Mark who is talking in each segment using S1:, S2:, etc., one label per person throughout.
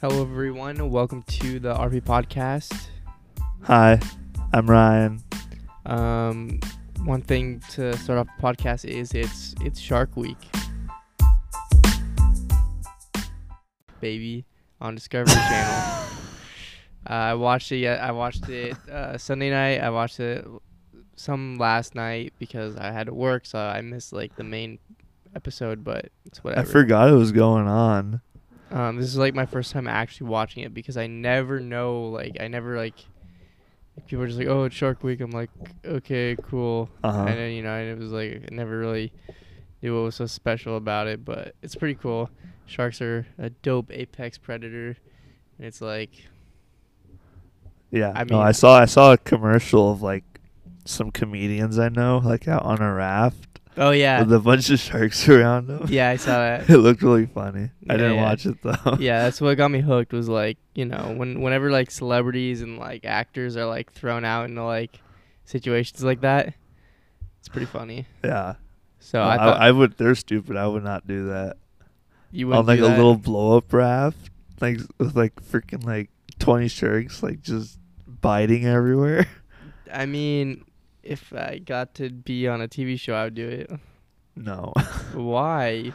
S1: Hello, everyone. Welcome to the RP podcast.
S2: Hi, I'm Ryan.
S1: Um, one thing to start off the podcast is it's it's Shark Week, baby, on Discovery Channel. Uh, I watched it. yeah, I watched it uh, Sunday night. I watched it some last night because I had to work, so I missed like the main episode. But it's whatever.
S2: I forgot it was going on.
S1: Um, this is like my first time actually watching it because I never know. Like I never like. People are just like, "Oh, it's Shark Week." I'm like, "Okay, cool."
S2: Uh-huh.
S1: And then you know, and it was like I never really knew what was so special about it, but it's pretty cool. Sharks are a dope apex predator, and it's like,
S2: Yeah,
S1: I
S2: no, I
S1: mean-
S2: saw I saw a commercial of like some comedians I know like out on a raft
S1: oh yeah,
S2: with a bunch of sharks around them.
S1: yeah, I saw that.
S2: it looked really funny.
S1: Yeah,
S2: I didn't
S1: yeah.
S2: watch it though.
S1: yeah, that's what got me hooked. Was like, you know, when whenever like celebrities and like actors are like thrown out into like situations like that, it's pretty funny.
S2: yeah.
S1: So
S2: No,
S1: I
S2: I,
S1: thought
S2: I would. They're stupid. I would not do that
S1: you
S2: on
S1: wouldn't
S2: like
S1: do
S2: a
S1: that?
S2: little blow up raft, like with like freaking like twenty sharks like just biting everywhere.
S1: I mean, if I got to be on a TV show, I would do it.
S2: No,
S1: Why?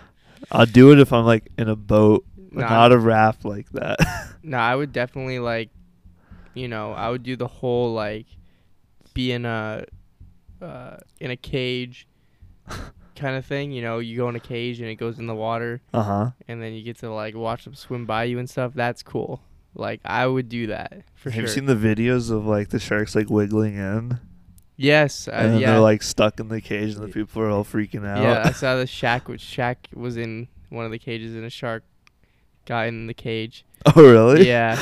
S2: I'll do it if I'm like in a boat, but
S1: Nah.
S2: not a raft like that.
S1: No, I would definitely like, you know, I would do the whole like, be in a, uh, in a cage, kind of thing. You know, you go in a cage and it goes in the water,
S2: Uh huh.
S1: and then you get to like watch them swim by you and stuff. That's cool. Like I would do that for
S2: Have
S1: sure.
S2: you seen the videos of like the sharks like wiggling in,
S1: yes, uh,
S2: and then
S1: yeah,
S2: they're like stuck in the cage, and the people are all freaking out?
S1: yeah. I saw the Shaq, which Shaq was in one of the cages, and a shark got in the cage.
S2: oh really?
S1: Yeah,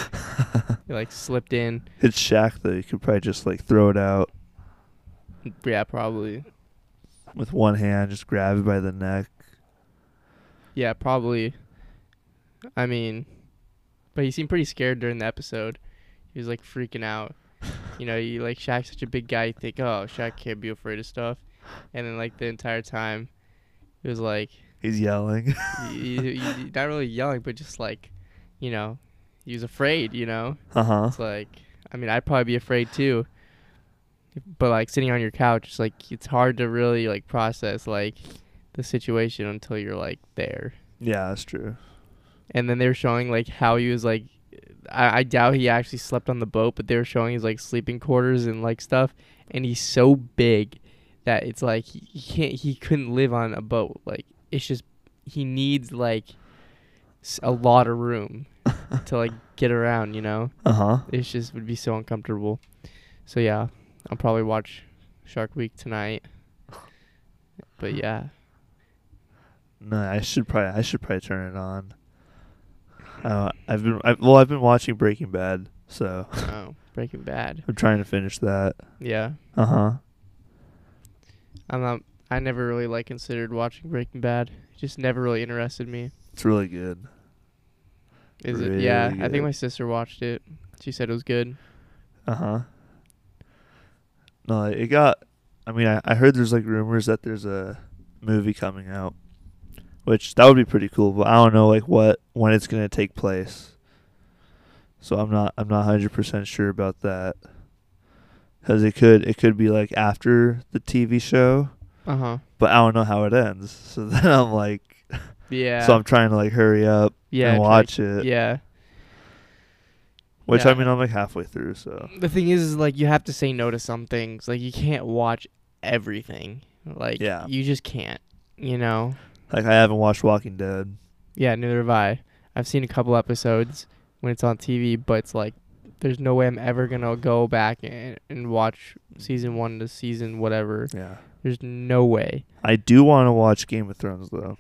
S1: he like slipped in.
S2: It's Shaq though. You could probably just like throw it out
S1: Yeah, probably.
S2: with one hand, just grab it by the neck.
S1: Yeah, probably. I mean, but he seemed pretty scared during the episode. He was like freaking out. You know, you like Shaq's such a big guy. You think, oh, Shaq can't be afraid of stuff. And then like the entire time, it was like
S2: He's yelling.
S1: you, not really yelling, but just like, you know, he was afraid. You know,
S2: uh huh.
S1: it's like I mean, I'd probably be afraid too. But like sitting on your couch, it's like it's hard to really like process like the situation until you're like there.
S2: Yeah, that's true.
S1: and then they were showing like how he was like I, I doubt he actually slept on the boat but they were showing his like sleeping quarters and like stuff and he's so big that it's like he, he can't he couldn't live on a boat like it's just he needs like s- a lot of room to like get around you know
S2: Uh huh.
S1: it's just would be so uncomfortable so yeah i'll probably watch shark week tonight but yeah
S2: No, I should probably. I should probably turn it on. Uh, I've been. I, well, I've been watching Breaking Bad, so
S1: oh breaking bad
S2: I'm trying to finish that.
S1: yeah
S2: Uh huh.
S1: I'm not. I never really like considered watching Breaking Bad. It just never really interested me.
S2: It's really good.
S1: Is it? Yeah,
S2: Really
S1: I think
S2: good.
S1: my sister watched it. She said it was good.
S2: Uh huh. No, it got. I mean, I, I heard there's like rumors that there's a movie coming out, which that would be pretty cool. But I don't know like what when it's gonna take place. So I'm not I'm not hundred percent sure about that. Cause it could it could be like after the TV show,
S1: Uh huh.
S2: but I don't know how it ends. So then I'm like,
S1: Yeah.
S2: so I'm trying to like hurry up
S1: yeah.
S2: and
S1: try-
S2: watch it.
S1: Yeah.
S2: Which
S1: yeah.
S2: I mean I'm like halfway through. So
S1: The thing is, is like you have to say no to some things. Like you can't watch everything. Like
S2: Yeah.
S1: you just can't. You know.
S2: like I haven't watched Walking Dead.
S1: Yeah. Neither have I. I've seen a couple episodes when it's on TV, but it's like there's no way I'm ever gonna go back and, and watch season one to season whatever.
S2: Yeah.
S1: There's no way.
S2: I do want to watch Game of Thrones though.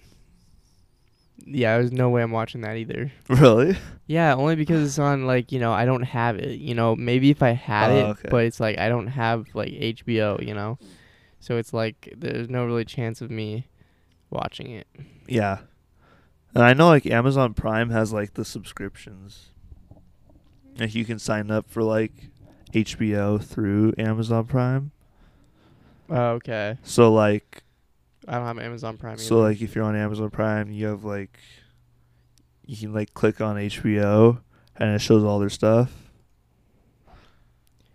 S1: Yeah, there's no way I'm watching that either.
S2: Really?
S1: Yeah, only because it's on like you know I don't have it. You know, maybe if I had
S2: Oh,
S1: it,
S2: okay.
S1: but it's like I don't have like HBO. You know, so it's like there's no really chance of me watching it.
S2: Yeah. And I know like Amazon Prime has like the subscriptions. Like you can sign up for like HBO through Amazon Prime.
S1: Oh, okay,
S2: So like
S1: I don't have Amazon Prime.
S2: so
S1: either.
S2: like if you're on Amazon Prime, you have like you can like click on HBO and it shows all their stuff.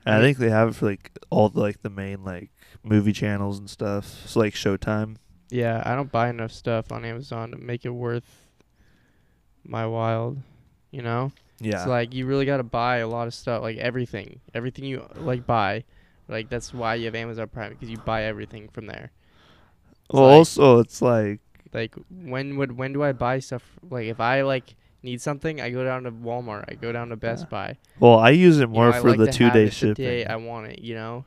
S2: And I think they have it for like all the, like the main like movie channels and stuff. So like Showtime.
S1: Yeah, I don't buy enough stuff on Amazon to make it worth my while, you know?
S2: Yeah.
S1: It's like you really got to buy a lot of stuff, like everything. Everything you like buy. Like that's why you have Amazon Prime because you buy everything from there.
S2: well,
S1: like-
S2: also it's like
S1: Like when would when do I buy stuff? Like if I like need something, I go down to Walmart, I go down to Best
S2: Yeah.
S1: Buy.
S2: well, I use it
S1: You
S2: more
S1: know, I
S2: for
S1: like
S2: the
S1: to
S2: two
S1: have
S2: day
S1: it the
S2: shipping,
S1: day I want it, you know?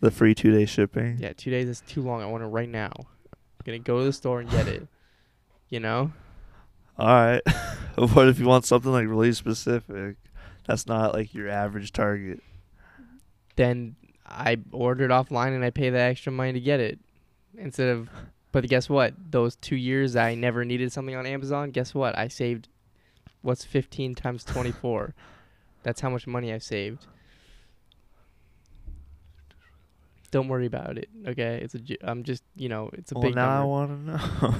S2: the free two day shipping.
S1: Yeah, 2 days is too long. I want it right now. I'm going to go to the store and get it. You know?
S2: All right. what if you want something like really specific? That's not like your average Target.
S1: then I order it offline and I pay the extra money to get it instead of. But guess what? Those two years I never needed something on Amazon. Guess what? I saved. What's fifteen times twenty four? That's how much money I've saved. Don't worry about it. Okay, it's a. ju- I'm just you know it's a
S2: well,
S1: big
S2: now I
S1: number.
S2: want to know.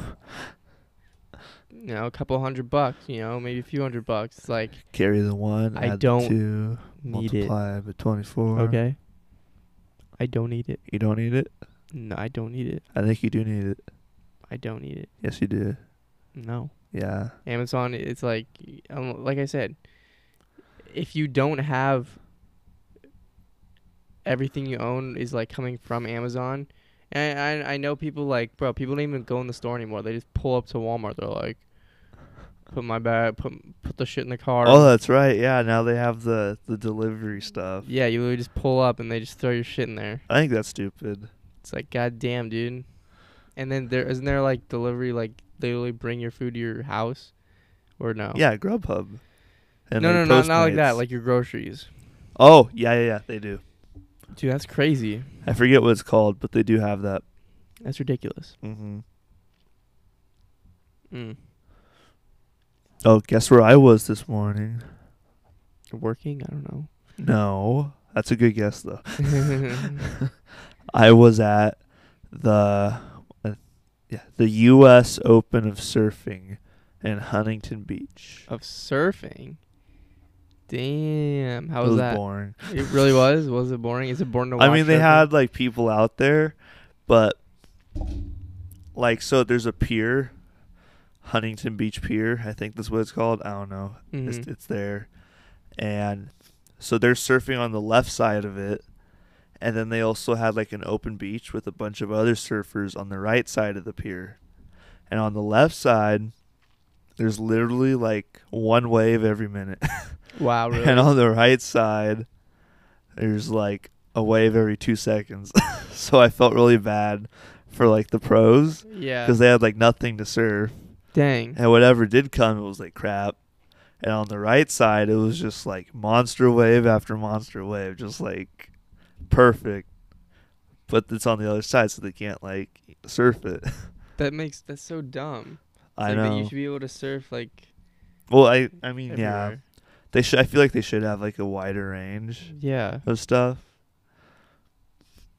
S1: you know, a couple hundred bucks. You know, maybe a few hundred bucks. It's like
S2: Carry the one.
S1: I
S2: add the
S1: don't
S2: two,
S1: need it.
S2: multiply by twenty four.
S1: Okay. I don't need it.
S2: You don't need it.
S1: No, I don't need it.
S2: I think you do need it.
S1: I don't need it.
S2: Yes, you do.
S1: No.
S2: Yeah.
S1: Amazon, it's like, um, like I said, if you don't have everything you own is like coming from Amazon, and I, I know people like, bro, people don't even go in the store anymore. They just pull up to Walmart. They're like, put my bag, put put the shit in the car.
S2: Oh, that's right. Yeah. Now they have the the delivery stuff.
S1: yeah, you literally just pull up and they just throw your shit in there.
S2: I think that's stupid.
S1: It's like, goddamn, dude. And then there isn't there like delivery, like they literally bring your food to your house, or no?
S2: Yeah, Grubhub. And
S1: Oh. no, no,
S2: like
S1: no, not like that.
S2: Postmates.
S1: Like your groceries.
S2: oh, yeah, yeah, yeah, they do.
S1: Dude, that's crazy.
S2: I forget what it's called, but they do have that.
S1: That's ridiculous.
S2: Mm-hmm.
S1: Mm.
S2: Oh, guess where I was this morning?
S1: Working? I don't know.
S2: No, that's a good guess though. I was at the uh, yeah the U.S. Open of surfing in Huntington Beach.
S1: of surfing. Damn, how
S2: it
S1: was
S2: was
S1: that?
S2: boring.
S1: It really was. Was it boring? Is it boring to watch?
S2: I mean, they
S1: surfing?
S2: had like people out there, but like so there's a pier, Huntington Beach Pier. I think that's what it's called. I don't know. It's,
S1: Mhm.
S2: it's there. And so they're surfing on the left side of it. And then they also had like an open beach with a bunch of other surfers on the right side of the pier. And on the left side, there's literally like one wave every minute.
S1: Wow, Oh, really?
S2: And on the right side, there's like a wave every two seconds. so I felt really bad for like the pros
S1: yeah.
S2: because they had like nothing to surf.
S1: Dang.
S2: And whatever did come, it was like crap. And on the right side, it was just like monster wave after monster wave, just like perfect. But it's on the other side, so they can't like surf it.
S1: That makes that's so dumb.
S2: I
S1: like, That you
S2: know.
S1: should be able to surf like.
S2: Well, I I mean, yeah,
S1: Everywhere.
S2: they should. I feel like they should have like a wider range
S1: Yeah.
S2: of stuff.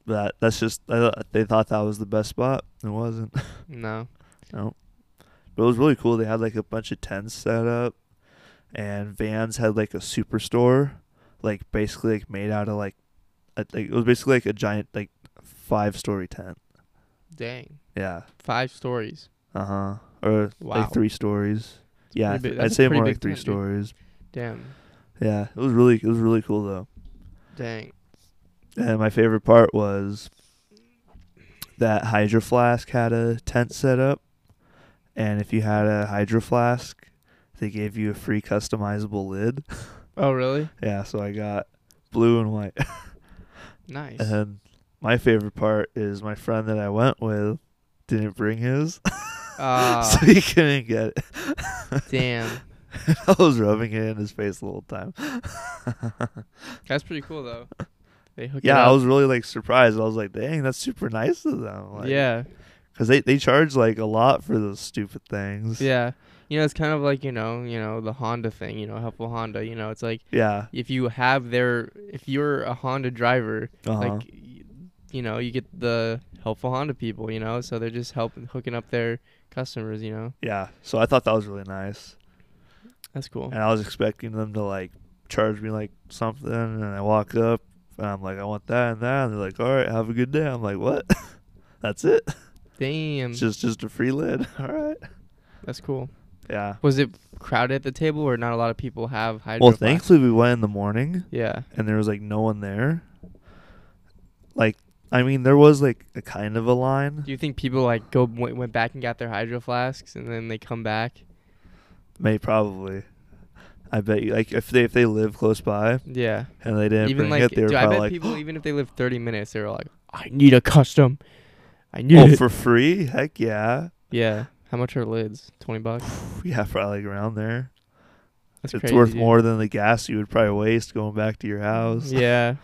S2: That that's just I, thought- they thought that was the best spot. It wasn't.
S1: No.
S2: But it was really cool. They had like a bunch of tents set up, and Vans had like a superstore, like basically like made out of like, a, like it was basically like a giant like five story tent.
S1: Dang.
S2: Yeah.
S1: Five stories.
S2: Uh huh. Or
S1: Wow.
S2: like three stories.
S1: It's
S2: yeah,
S1: pretty big-
S2: I'd
S1: that's a
S2: say
S1: pretty
S2: more
S1: big
S2: like three
S1: tent, dude.
S2: stories.
S1: Damn.
S2: Yeah, it was really it was really cool though.
S1: Dang.
S2: And my favorite part was that Hydro Flask had a tent set up, and if you had a Hydro Flask, they gave you a free customizable lid.
S1: Oh really?
S2: Yeah, so I got blue and white.
S1: Nice.
S2: And my favorite part is my friend that I went with didn't bring his, so
S1: Ah,
S2: he couldn't get it.
S1: damn.
S2: I was rubbing it in his face the whole time.
S1: That's pretty cool though. They hook it
S2: Yeah, I
S1: up.
S2: was really like surprised. I was like, "Dang, that's super nice of them." Like,
S1: yeah.
S2: because they they charge like a lot for those stupid things.
S1: Yeah. You know, it's kind of like, you know, you know, the Honda thing, you know, helpful Honda, you know, it's like
S2: yeah.
S1: if you have their if you're a Honda driver,
S2: Uh-huh.
S1: like y- you know, you get the helpful Honda people, you know, so they're just helping hooking up their customers, you know.
S2: yeah. So I thought that was really nice.
S1: That's cool.
S2: and I was expecting them to like charge me like something, and I walk up and I'm like, I want that and that, and they're like, all right, have a good day. I'm like, what? That's it.
S1: Mm-hmm. Damn.
S2: It's just just a free lid. All right.
S1: That's cool.
S2: Yeah.
S1: Was it crowded at the table or not a lot of people have hydro?
S2: Well, thankfully we went in the morning,
S1: Yeah.
S2: and there was like no one there. Like, I mean, there was like a kind of a line,
S1: Do you think people like go went, went back and got their hydro flasks and then they come back?
S2: may probably. I bet you, like, if they if they live close by
S1: Yeah.
S2: and they didn't
S1: even like,
S2: bring it, they were
S1: dude, I
S2: probably
S1: bet
S2: like,
S1: people even if they live 30 minutes, they're like, I need a custom. I need
S2: oh,
S1: it.
S2: for free? Heck yeah,
S1: yeah. How much are lids? 20 bucks.
S2: yeah, probably like around there.
S1: That's
S2: it's
S1: crazy,
S2: worth
S1: dude.
S2: more than the gas you would probably waste going back to your house.
S1: Yeah.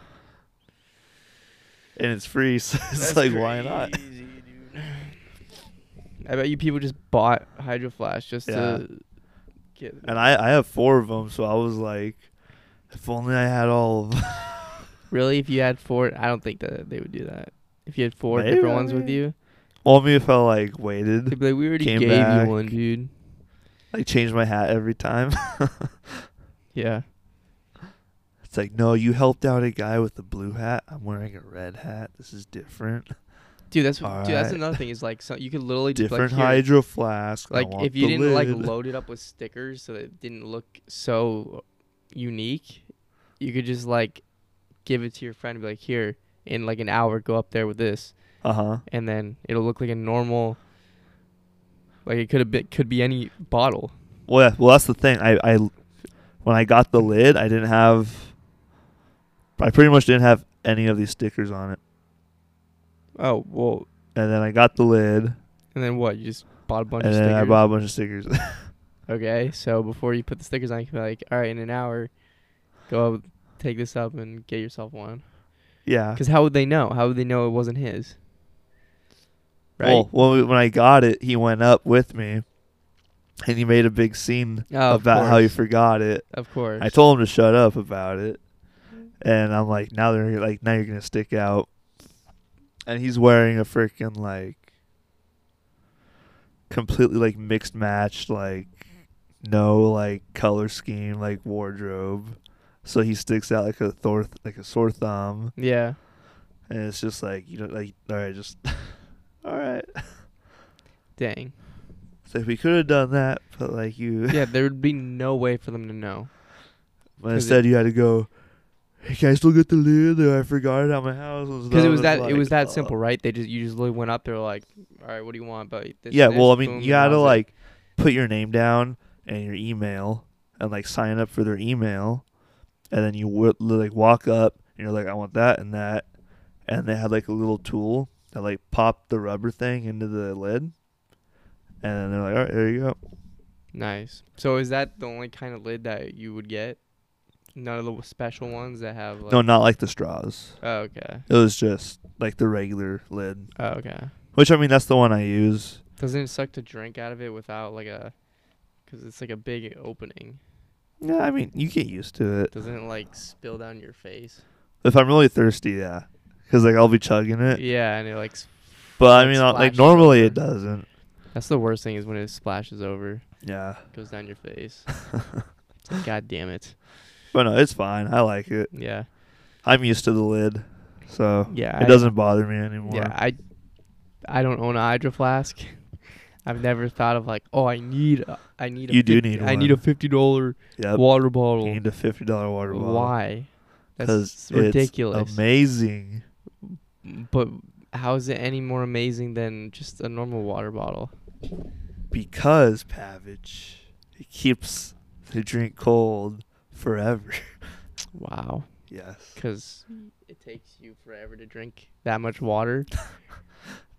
S2: And it's free, so it's like why not?
S1: I bet you people just bought hydro flask just to get.
S2: And I I have four of them, so I was like, if only I had all of 'em.
S1: Really, if you had four, I don't think that they would do that. If you had four
S2: Maybe,
S1: different
S2: I
S1: ones with
S2: mean-
S1: you,
S2: Only if I like waited,
S1: they'd be like, "We already
S2: Came
S1: gave
S2: back.
S1: you one, dude."
S2: like changed my hat every time.
S1: Yeah.
S2: it's like, no, you helped out a guy with the blue hat. I'm wearing a red hat. This is different.
S1: Dude, that's what, dude. That's
S2: Alright.
S1: another thing. Is like so you could literally just
S2: Different
S1: like here-
S2: hydro flask. I
S1: like
S2: want
S1: if you
S2: the
S1: didn't like
S2: lid.
S1: load it up with stickers so that it didn't look so unique, you could just like give it to your friend and be like, "Here, in like an hour, go up there with this,"
S2: Uh huh.
S1: and then it'll look like a normal. Like it could have been could be any bottle.
S2: Well, yeah, well, that's the thing. I, I, when I got the lid, I didn't have. I pretty much didn't have any of these stickers on it,
S1: Oh well,
S2: and then I got the lid,
S1: and then what? You just bought a bunch
S2: and
S1: of
S2: then
S1: stickers.
S2: I bought a bunch of stickers.
S1: Okay, so before you put the stickers on, you can be like, all right, in an hour, go up, take this up and get yourself one.
S2: yeah.
S1: Because how would they know? How would they know it wasn't his? Right.
S2: Well, when, we- when I got it, he went up with me, and he made a big scene
S1: Oh, of
S2: about how he
S1: course.
S2: forgot it.
S1: Of course.
S2: I told him to shut up about it, and I'm like, now they're like, now you're gonna stick out, and he's wearing a freaking like completely like mixed matched like no like color scheme like wardrobe, so he sticks out like a thor like a sore thumb,
S1: Yeah.
S2: and it's just like you know like all right just all right.
S1: Dang.
S2: So if we could have done that, but like you,
S1: Yeah, there would be no way for them to know.
S2: but
S1: 'cause it-
S2: instead you had to go. Hey, can I still get the lid? Or I forgot it at my house.
S1: Because it was that
S2: like,
S1: it was that
S2: uh,
S1: simple, right? They just you just literally went up. They were like, all right, what do you want? But this
S2: yeah,
S1: and
S2: well, I
S1: this,
S2: mean,
S1: boom, and
S2: you
S1: that
S2: gotta
S1: was it.
S2: like put your name down and your email and like sign up for their email, and then you w- like walk up and you're like, I want that and that, and they had like a little tool that like popped the rubber thing into the lid, and then they're like, all right, there you go.
S1: nice. So is that the only kind of lid that you would get? None of the special ones that have like.
S2: No, not like the straws.
S1: Oh, okay.
S2: It was just like the regular lid,
S1: Oh, okay.
S2: which I mean, that's the one I use.
S1: Doesn't it suck to drink out of it without like a? Because it's like a big opening.
S2: Yeah, I mean, you get used to it.
S1: Doesn't it like spill down your face?
S2: If I'm really thirsty, yeah, because like I'll be chugging it.
S1: Yeah, and it like. s-
S2: Eh. But I
S1: like,
S2: mean, I'll- like
S1: splashes
S2: normally it
S1: over.
S2: doesn't.
S1: That's the worst thing is when it splashes over,
S2: Yeah,
S1: goes down your face. It's like, God damn it.
S2: but no, it's fine. I like it.
S1: Yeah. I'm
S2: I'm used to the lid, so
S1: Yeah,
S2: it
S1: I-
S2: doesn't bother me anymore.
S1: Yeah, I I don't own a hydro flask. I've never thought of like, oh, I need a, I need a
S2: You do
S1: 50
S2: need
S1: I need a
S2: one.
S1: fifty dollar
S2: Yep.
S1: water
S2: You
S1: bottle.
S2: need a fifty dollar water bottle.
S1: Why? That's
S2: 'Cause
S1: ridiculous.
S2: It's amazing.
S1: but how is it any more amazing than just a normal water bottle?
S2: because Pavage it keeps the drink cold forever.
S1: Wow.
S2: yes.
S1: Because it takes you forever to drink that much water.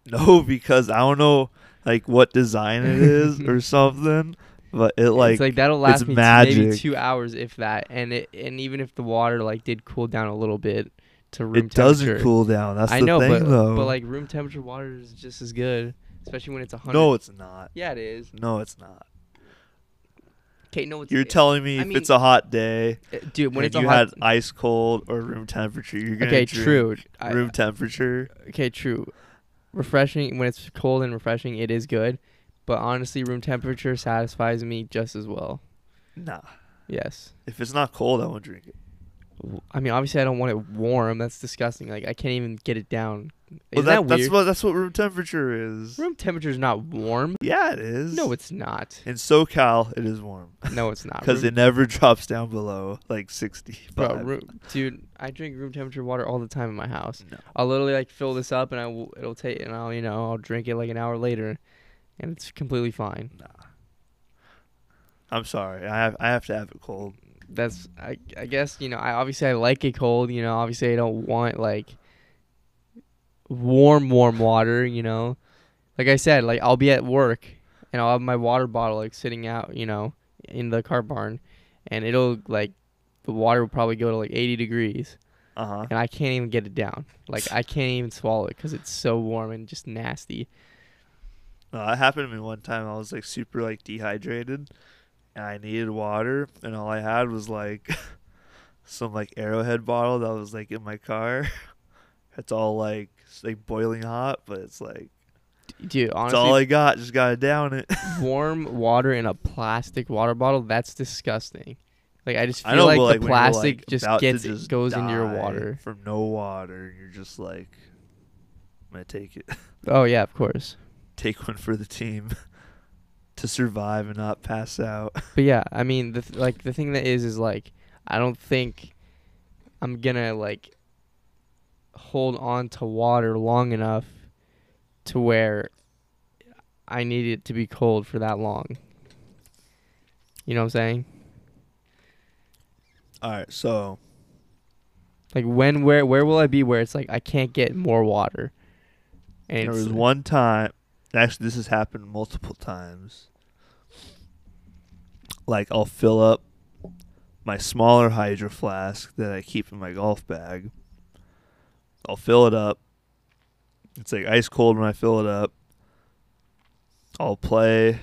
S2: No, because I don't know like what design it is or something, but it like
S1: it's like that'll last me t- maybe
S2: magic.
S1: two hours if that, and it and even if the water like did cool down a little bit to room
S2: it
S1: temperature.
S2: doesn't cool down. That's
S1: I
S2: the
S1: know,
S2: thing,
S1: but
S2: though.
S1: but like room temperature water is just as good, especially when it's a hundred.
S2: no, it's not.
S1: yeah, it is.
S2: No, it's not.
S1: Okay, no, it's
S2: You're telling me
S1: I
S2: if
S1: mean,
S2: it's a hot day,
S1: uh, dude. When
S2: and
S1: it's
S2: you
S1: a hot.
S2: had ice cold or room temperature, you're gonna
S1: okay,
S2: drink
S1: true. I-
S2: room temperature.
S1: okay, true. Refreshing when it's cold and refreshing, it is good. But honestly, room temperature satisfies me just as well.
S2: Nah.
S1: Yes.
S2: If it's not cold, I won't drink it.
S1: W- I mean, obviously, I don't want it warm. That's disgusting. Like, I can't even get it down. Isn't
S2: Well,
S1: that,
S2: that's
S1: weird?
S2: what that's what room temperature is.
S1: Room temperature's not warm.
S2: Yeah, it is.
S1: No, it's not.
S2: in SoCal it is warm
S1: No, it's not.
S2: because
S1: Room-
S2: it never drops down below like sixty.
S1: Bro, room, dude, I drink room temperature water all the time in my house.
S2: No.
S1: I'll literally like fill this up, and I will. It'll take, and I'll you know I'll drink it like an hour later, and it's completely fine.
S2: Nah. I'm sorry. I have I have to have it cold.
S1: That's I, I guess you know I obviously I like it cold. You know, obviously I don't want like warm warm water. You know, like I said, like I'll be at work and I'll have my water bottle like sitting out. You know, in the car barn, and it'll like the water will probably go to like 80 degrees.
S2: Uh huh.
S1: and I can't even get it down. Like I can't even swallow it because it's so warm and just nasty.
S2: No, that happened to me one time. I was like super like dehydrated, and I needed water, and all I had was like some like Arrowhead bottle that was like in my car. It's all like it's, like boiling hot, but it's like
S1: D- Dude,
S2: it's all
S1: honestly,
S2: I got. Just gotta down it.
S1: warm water in a plastic water bottle—that's disgusting. Like I just feel
S2: I know,
S1: like
S2: but,
S1: the
S2: like when you're,
S1: plastic
S2: like,
S1: just
S2: about to
S1: gets
S2: just
S1: goes into your
S2: die
S1: water.
S2: from no water. and You're just like, I'm gonna take it.
S1: Oh yeah, of course.
S2: take one for the team to survive and not pass out.
S1: But yeah, I mean, the th- like the thing that is is like I don't think I'm gonna like hold on to water long enough to where I need it to be cold for that long. You know what I'm saying?
S2: All right, so
S1: Like when where where will I be where it's like I can't get more water? And
S2: there
S1: it's-
S2: was one time. Actually, this has happened multiple times. Like I'll fill up my smaller hydro flask that I keep in my golf bag. I'll fill it up. It's like ice cold when I fill it up. I'll play,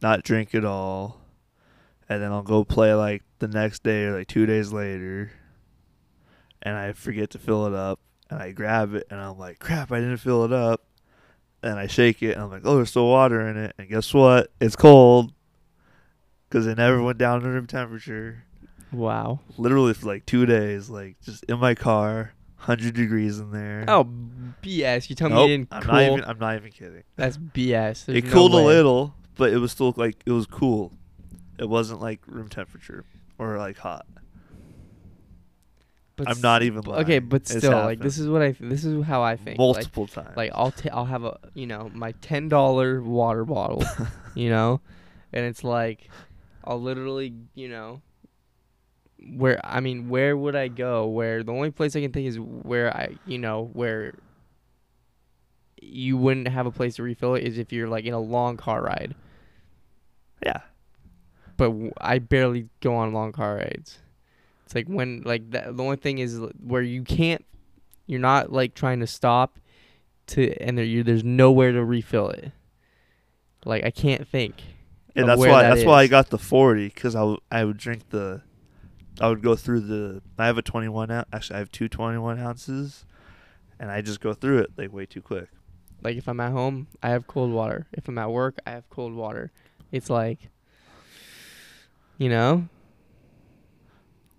S2: not drink at all, and then I'll go play like the next day or like two days later. And I forget to fill it up, and I grab it, and I'm like, crap, I didn't fill it up. And I shake it, and I'm like, oh, there's still water in it. And guess what? It's cold because it never went down to room temperature
S1: Wow.
S2: literally for like two days, like just in my car, hundred degrees in there.
S1: Oh BS. You tell me
S2: Nope,
S1: it didn't
S2: I'm
S1: cool.
S2: not even. I'm not even kidding.
S1: That's BS. There's
S2: it
S1: no
S2: cooled
S1: way.
S2: a little, but it was still like it was cool. It wasn't like room temperature or like hot.
S1: But
S2: I'm not even. Lying.
S1: Okay, but
S2: It's
S1: still, like this
S2: happened
S1: is what I th- this is how I think. Like,
S2: multiple times.
S1: like I'll ta- I'll have a you know my ten dollar water bottle, you know, and it's like I'll literally you know where I mean where would I go? Where the only place I can think is where I you know where you wouldn't have a place to refill it is if you're like in a long car ride.
S2: yeah,
S1: But w- I barely go on long car rides. It's like when like that, the only thing is l- where you can't you're not like trying to stop to and there you there's nowhere to refill it. Like I can't think.
S2: and
S1: of
S2: that's
S1: where
S2: why
S1: that
S2: that's why I
S1: is.
S2: got the forty because I w- I would drink the. I would go through the. I have a 21 ounce. Actually, I have two 21 ounces, and I just go through it like way too quick.
S1: Like if I'm at home, I have cold water. If I'm at work, I have cold water. It's like you know,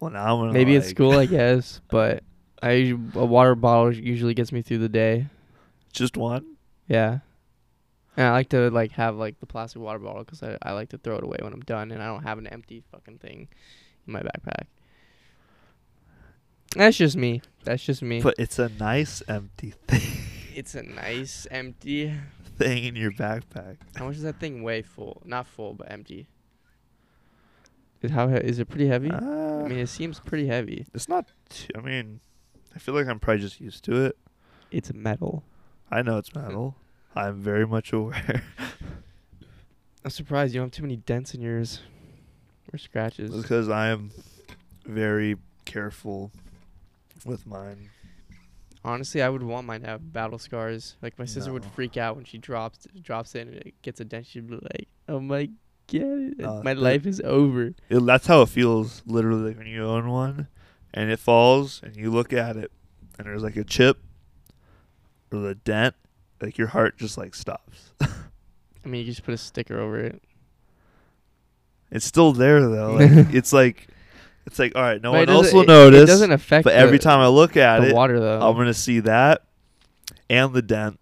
S2: Well, now I'm gonna
S1: maybe it's
S2: like-
S1: school, I guess, but I usu- a water bottle usually gets me through the day.
S2: Just one.
S1: Yeah. And I like to like have like the plastic water bottle because I, I like to throw it away when I'm done and I don't have an empty fucking thing in my backpack. That's just me. That's just me.
S2: But it's a nice empty thing,
S1: it's a nice empty.
S2: thing in your backpack.
S1: How much does that thing weigh? Full, not full, but empty. Is how he- is it pretty heavy? I
S2: Uh,
S1: mean, it seems pretty heavy.
S2: Ah, it's not. Too, I mean, I feel like I'm probably just used to it.
S1: It's metal.
S2: I know it's metal. I'm very much aware.
S1: I'm surprised you don't have too many dents in yours or scratches.
S2: because I am very careful with mine.
S1: Honestly, I would want mine to have battle scars. Like my sister would
S2: No.
S1: freak out when she drops drops it and it gets a dent. She'd be like, "Oh my god,
S2: No,
S1: my
S2: the-
S1: life is over."
S2: It, that's how it feels, literally, like when you own one, and it falls, and you look at it, and there's like a chip or the dent. Like your heart just like stops.
S1: I mean, you just put a sticker over it.
S2: It's still there though. Like, it's like, it's like all right. No
S1: But it
S2: one else
S1: doesn't-
S2: will
S1: it-
S2: notice.
S1: It doesn't affect.
S2: but every
S1: the-
S2: time I look at
S1: the
S2: it,
S1: water though.
S2: I'm gonna see that and the dent.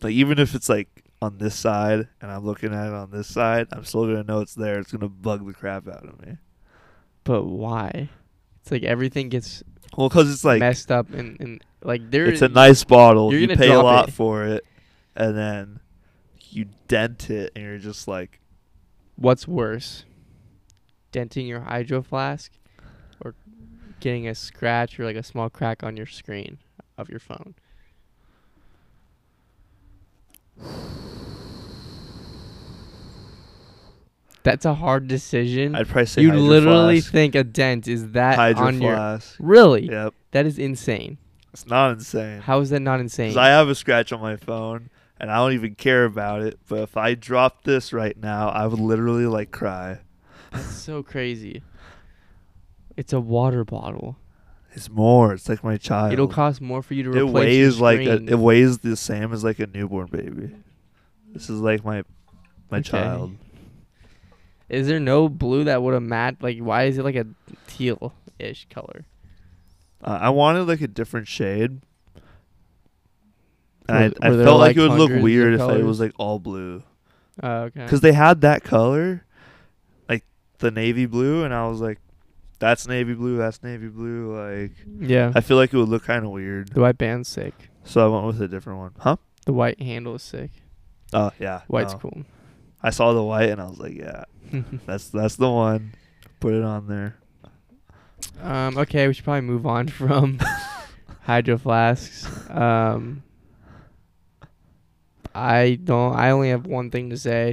S2: Like even if it's like on this side and I'm looking at it on this side, I'm still gonna know it's there. It's gonna bug the crap out of me.
S1: but why? It's like everything gets
S2: Well, because it's like
S1: messed up and, and like there.
S2: it's a nice bottle.
S1: you're
S2: You
S1: gonna
S2: pay a
S1: drop
S2: lot
S1: it.
S2: for it, and then you dent it, and you're just like,
S1: What's worse, denting your hydro flask, or getting a scratch or like a small crack on your screen of your phone? That's a hard decision.
S2: I'd probably say
S1: you
S2: Hydro
S1: literally
S2: Flask.
S1: think a dent is that
S2: Hydro
S1: on your
S2: Flask.
S1: really?
S2: Yep,
S1: That is insane.
S2: it's not insane.
S1: How is that not insane?
S2: Because I have a scratch on my phone and I don't even care about it. But if I dropped this right now, I would literally like cry.
S1: That's so crazy. It's a water bottle.
S2: It's more. It's like my child.
S1: It'll cost more for you to
S2: it
S1: replace. your
S2: weighs like a,
S1: screen.
S2: it weighs the same as like a newborn baby. This is like my my
S1: Okay.
S2: child.
S1: Is there no blue that would have matched? Like, why is it like a teal-ish color?
S2: Uh, I wanted like a different shade.
S1: Were-
S2: And I, I
S1: were there,
S2: felt
S1: like,
S2: like, it would look
S1: hundreds of
S2: weird if it
S1: colors?
S2: was like all blue.
S1: Oh, okay.
S2: because they had that color, like the navy blue, and I was like, "That's navy blue. That's navy blue." Like,
S1: yeah,
S2: I feel like it would look kind of weird,
S1: the white band's sick.
S2: so I went with a different one. Huh?
S1: The white handle is sick.
S2: Oh yeah,
S1: White's
S2: no.
S1: cool.
S2: I saw the white, and I was like, "Yeah, that's that's the one." Put it on there.
S1: um, okay, we should probably move on from hydro flasks. Um, I don't. I only have one thing to say,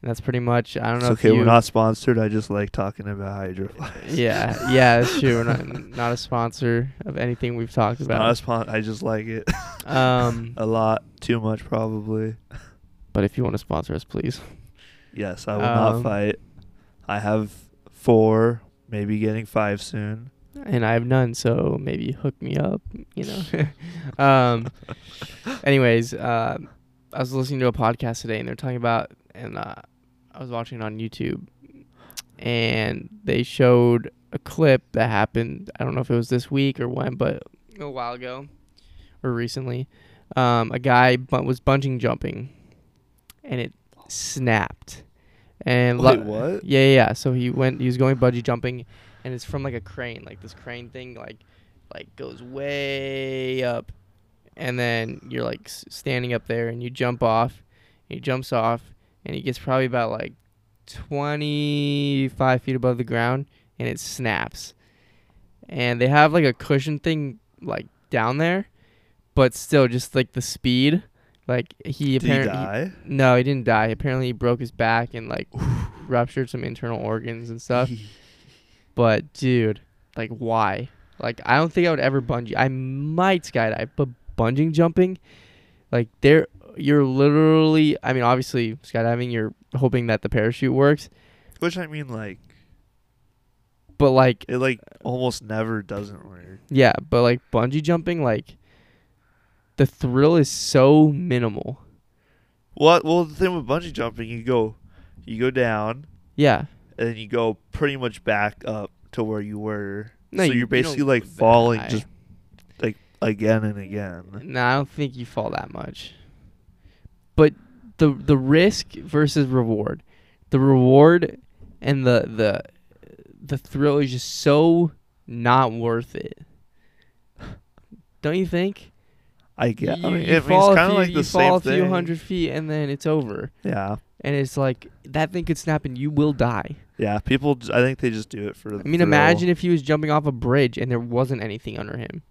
S1: and that's pretty much. I don't
S2: It's
S1: know. if
S2: okay,
S1: you-
S2: we're not sponsored. I just like talking about Hydro Flask.
S1: Yeah, yeah, that's true. We're not not a sponsor of anything we've talked
S2: It's Not a
S1: about.
S2: spon- I just like it
S1: Um,
S2: a lot, too much probably.
S1: but if you want to sponsor us, please.
S2: Yes, I will
S1: Um,
S2: not fight. I have four, maybe getting five soon.
S1: And I have none, so maybe hook me up. You know. um. Anyways, uh, I was listening to a podcast today, and they're talking about, and uh, I was watching it on YouTube, and they showed a clip that happened. I don't know if it was this week or when, but a while ago, or recently, um, a guy bu- was bungee jumping, and it snapped. And
S2: Wait,
S1: lu-
S2: what?
S1: Yeah, yeah, yeah. So he went. He was going bungee jumping, and it's from like a crane, like this crane thing, like, like goes way up, and then you're like s- standing up there, and you jump off. He jumps off, and he gets probably about like 25 feet above the ground, and it snaps. And they have like a cushion thing like down there, but still, just like the speed, like he
S2: Did he
S1: apparently
S2: die?
S1: no, he didn't die. Apparently, he broke his back and like ruptured some internal organs and stuff. But dude, like, why? Like, I don't think I would ever bungee. I might skydive, but bungee jumping, like, there, you're literally. I mean, obviously, skydiving, you're hoping that the parachute works,
S2: Which I mean, like
S1: but like,
S2: it like almost never doesn't work.
S1: yeah, but like bungee jumping, like, the thrill is so minimal.
S2: Well, well, the thing with bungee jumping, you go, you go down,
S1: Yeah,
S2: and then you go pretty much back up to where you were.
S1: No,
S2: so
S1: you-
S2: you're
S1: you don't
S2: basically like
S1: go that
S2: falling
S1: high.
S2: just like again and again.
S1: No, I don't think you fall that much. But the the risk versus reward, the reward and the the the thrill is just so not worth it. Don't you think?
S2: I get. I
S1: You-
S2: mean,
S1: you
S2: it, I mean,
S1: fall a
S2: it's kind
S1: few-
S2: of like
S1: you
S2: the same
S1: fall a
S2: thing.
S1: few hundred feet and then it's over.
S2: Yeah,
S1: And it's like that thing could snap and you will die.
S2: yeah. People, j- I think they just do it for.
S1: I mean, imagine if he was jumping off a bridge and there wasn't anything under him.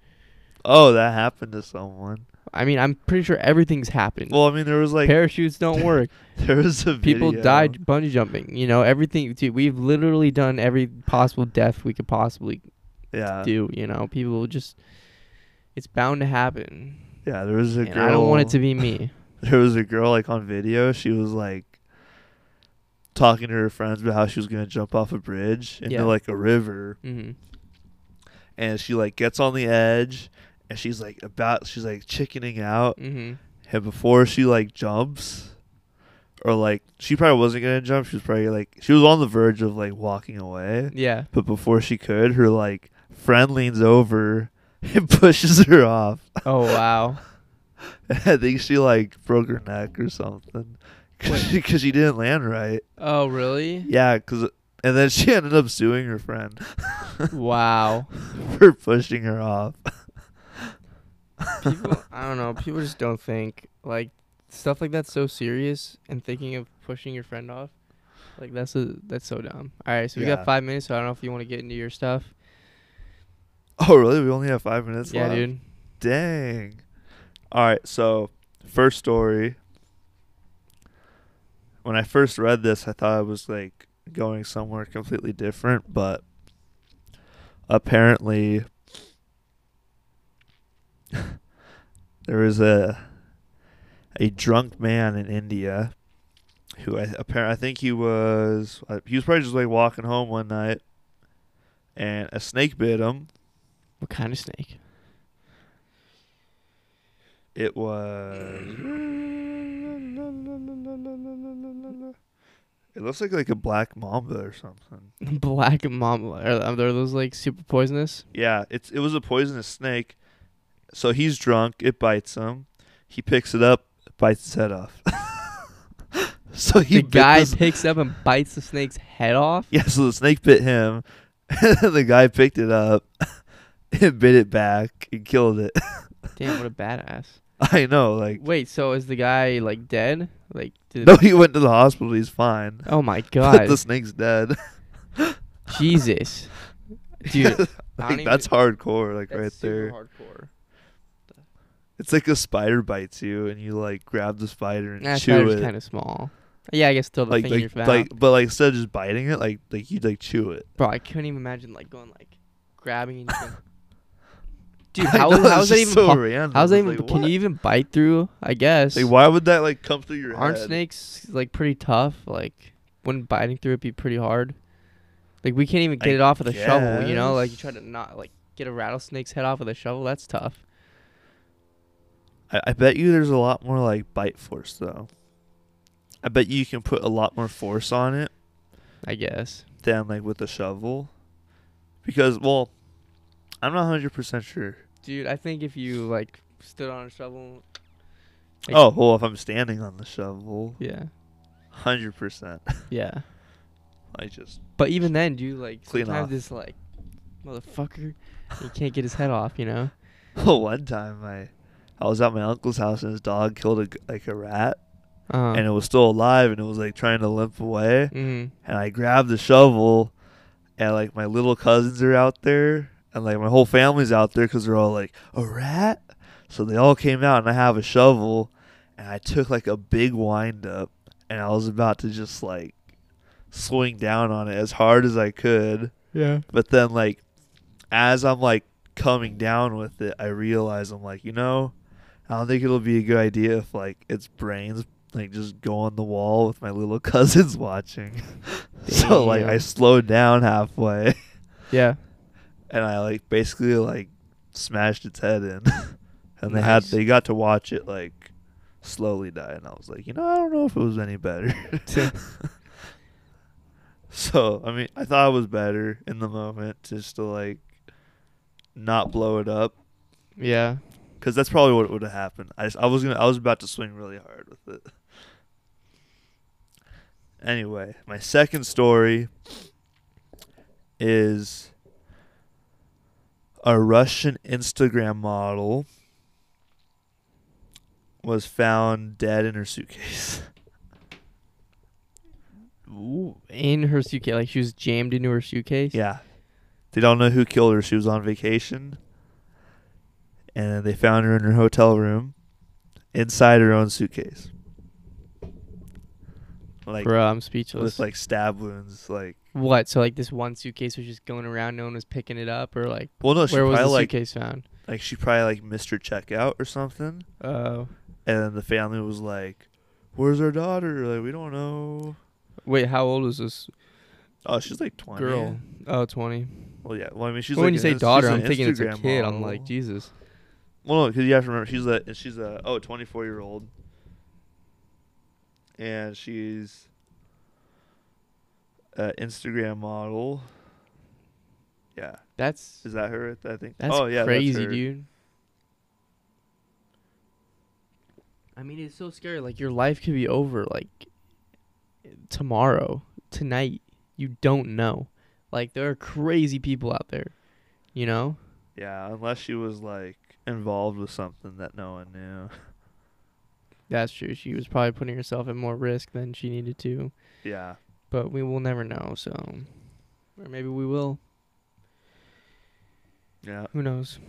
S2: Oh, that happened to someone.
S1: I mean, I'm pretty sure everything's happened.
S2: Well, I mean, there was like
S1: Parachutes don't work.
S2: there was a
S1: People
S2: video.
S1: died bungee jumping. You know, everything. Dude, we've literally done every possible death we could possibly
S2: Yeah,
S1: do. You know, people just. It's bound to happen.
S2: yeah. There was a
S1: And
S2: girl.
S1: I don't want it to be me.
S2: there was a girl like on video. She was like talking to her friends about how she was gonna jump off a bridge into
S1: Yeah.
S2: like a river,
S1: hmm
S2: and she like gets on the edge, and she's like
S1: Mm.
S2: about she's like chickening out,
S1: hmm
S2: and before she like jumps, or like she probably wasn't gonna jump. She was probably like she was on the verge of like walking away,
S1: Yeah.
S2: but before she could, her like friend leans over and pushes her off.
S1: Oh wow.
S2: I think she like broke her neck or something because
S1: Wait.
S2: she, 'cause she didn't land right.
S1: Oh really?
S2: Yeah, cause and then she ended up suing her friend
S1: Wow.
S2: for pushing her off.
S1: People, I don't know. People just don't think like stuff like that's so serious, and thinking of pushing your friend off, like that's a, that's so dumb. All right, so we
S2: Yeah.
S1: got five minutes. So I don't know if you want to get into your stuff.
S2: Oh really? We only have five minutes
S1: yeah,
S2: left.
S1: dude.
S2: Dang. All right, so first story. When I first read this, I thought I was like going somewhere completely different, but apparently there was a a drunk man in India who I apparently I think he was uh, he was probably just like walking home one night and a snake bit him
S1: What kind of snake?
S2: It was. It looks like like a black mamba or something.
S1: Black mamba. Are, are those like super poisonous?
S2: Yeah, it's it was a poisonous snake. So he's drunk. It bites him. He picks it up, bites his head off. so he
S1: the
S2: bit
S1: guy
S2: this-
S1: picks up and bites the snake's head off.
S2: yeah. So the snake bit him. and the guy picked it up, and bit it back, and killed it.
S1: Damn, what a badass.
S2: I know, like
S1: Wait, so is the guy like dead? Like did
S2: no, he went to the hospital. He's fine.
S1: Oh my
S2: But
S1: god.
S2: the snake's dead.
S1: Jesus. Dude, I
S2: like,
S1: don't even-
S2: that's hardcore, like
S1: that's
S2: right
S1: super
S2: there.
S1: hardcore.
S2: It's like a spider bites you, and you like grab the spider and
S1: That
S2: chew
S1: spider's
S2: it.
S1: kind of small. Yeah, I guess still the
S2: like,
S1: finger
S2: like,
S1: for that.
S2: like, but like instead of just biting it, like, like you'd like chew it.
S1: Bro, I couldn't even imagine like going like grabbing and just going- Dude,
S2: I
S1: how,
S2: know, it's
S1: how is that
S2: just
S1: even
S2: so
S1: po-
S2: random.
S1: How's that
S2: It's
S1: even
S2: Like,
S1: can
S2: what?
S1: you even bite through? I guess.
S2: Like, why would that like come through your
S1: Aren't
S2: head?
S1: snakes like pretty tough? Like, wouldn't biting through it be pretty hard? Like, we can't even get
S2: I
S1: it off with a shovel. You know, like you
S2: guess.
S1: try to not like get a rattlesnake's head off with a shovel. That's tough.
S2: I, I bet you there's a lot more like bite force though. I bet you can put a lot more force on it
S1: I guess.
S2: than like with a shovel, because well, I'm not hundred percent sure.
S1: Dude, I think if you like stood on a shovel. like-
S2: oh well, if I'm standing on the shovel,
S1: Yeah.
S2: hundred percent.
S1: Yeah.
S2: I just
S1: But even then, dude, like
S2: Clean
S1: sometimes
S2: off.
S1: this like motherfucker, he can't get his head off. You know.
S2: Well, one time I, I was at my uncle's house and his dog killed a g like a rat
S1: Um,
S2: and it was still alive and it was like trying to limp away
S1: mm,
S2: and I grabbed the shovel and like my little cousins are out there and like my whole family's out there because they're all like a rat, so they all came out and I have a shovel and I took like a big wind up and I was about to just like swing down on it as hard as I could
S1: yeah.
S2: but then like as I'm like coming down with it, I realize I'm like, you know, I don't think it'll be a good idea if like its brains like just go on the wall with my little cousins watching. so like I
S1: Damn.
S2: slowed down halfway
S1: Yeah.
S2: and I like basically like smashed its head in. and they had
S1: Nice.
S2: they got to watch it like slowly die and I was like, you know, I don't know if it was any better. So I mean, I thought it was better in the moment just to like not blow it up
S1: yeah.
S2: because that's probably what would have happened. I, s- I was gonna I was about to swing really hard with it. Anyway, my second story is a Russian Instagram model was found dead in her suitcase.
S1: Ooh, in her suitcase, like she was jammed into her suitcase.
S2: Yeah. They don't know who killed her. She was on vacation. And they found her in her hotel room inside her own suitcase. Like
S1: Bro, I'm speechless.
S2: with like stab wounds like
S1: What? So like this one suitcase was just going around, no one was picking it up, or like
S2: well no, she
S1: where was
S2: probably
S1: the
S2: like
S1: suitcase found?
S2: like she probably like missed her checkout or something.
S1: Oh,
S2: And then the family was like, Where's our daughter? Like, we don't know.
S1: wait, how old was this
S2: Oh, she's like twenty.
S1: girl? Oh, 20.
S2: Well yeah. Well I mean she's
S1: Well,
S2: like
S1: when you
S2: an
S1: say
S2: ins-
S1: daughter,
S2: she's
S1: I'm
S2: an
S1: thinking it's a
S2: Instagram
S1: kid. I'm
S2: model.
S1: like, Jesus.
S2: Well, no, because you have to remember she's a she's a oh 24 year old, and she's an Instagram model. Yeah,
S1: That's
S2: is that her? I think.
S1: that's
S2: oh yeah,
S1: crazy,
S2: her.
S1: dude. I mean, it's so scary. Like your life could be over like tomorrow, tonight. You don't know. Like there are crazy people out there. You know?
S2: Yeah, unless she was like involved with something that no one knew.
S1: That's true. She was probably putting herself at more risk than she needed to.
S2: Yeah,
S1: But we will never know, so or maybe we will.
S2: yeah.
S1: Who knows?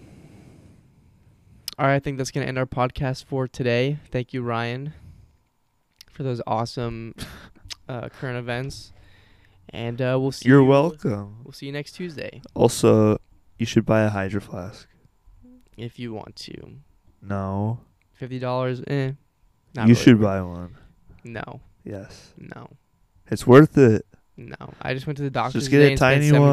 S1: All right, I think that's going to end our podcast for today. Thank you, Ryan, for those awesome uh, current events. And uh, we'll see
S2: You're
S1: you-
S2: welcome.
S1: We'll see you next Tuesday
S2: Also, you should buy a Hydro Flask.
S1: if you want to.
S2: No,
S1: $50, eh.
S2: you
S1: Not really.
S2: should buy one.
S1: No,
S2: Yes,
S1: no,
S2: it's worth it.
S1: no. I just went to the doctor's
S2: get
S1: today
S2: a
S1: and spent
S2: tiny one.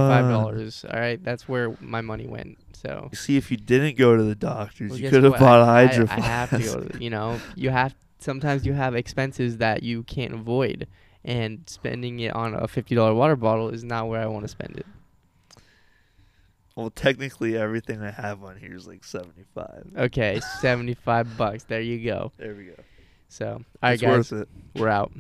S1: $75. All right, that's where my money went. So
S2: You see, if you didn't go to the doctors,
S1: Well,
S2: you
S1: guess
S2: could have
S1: what?
S2: bought a
S1: I-
S2: Hydro
S1: I,
S2: Flask.
S1: I have to go. To, you know, you have sometimes you have expenses that you can't avoid, and spending it on a fifty dollar water bottle is not where I want to spend it.
S2: Well, technically, everything I have on here is like seventy-five.
S1: Okay, seventy five bucks. There you go.
S2: There we go.
S1: So, all right,
S2: it's
S1: guys,
S2: worth it.
S1: we're out.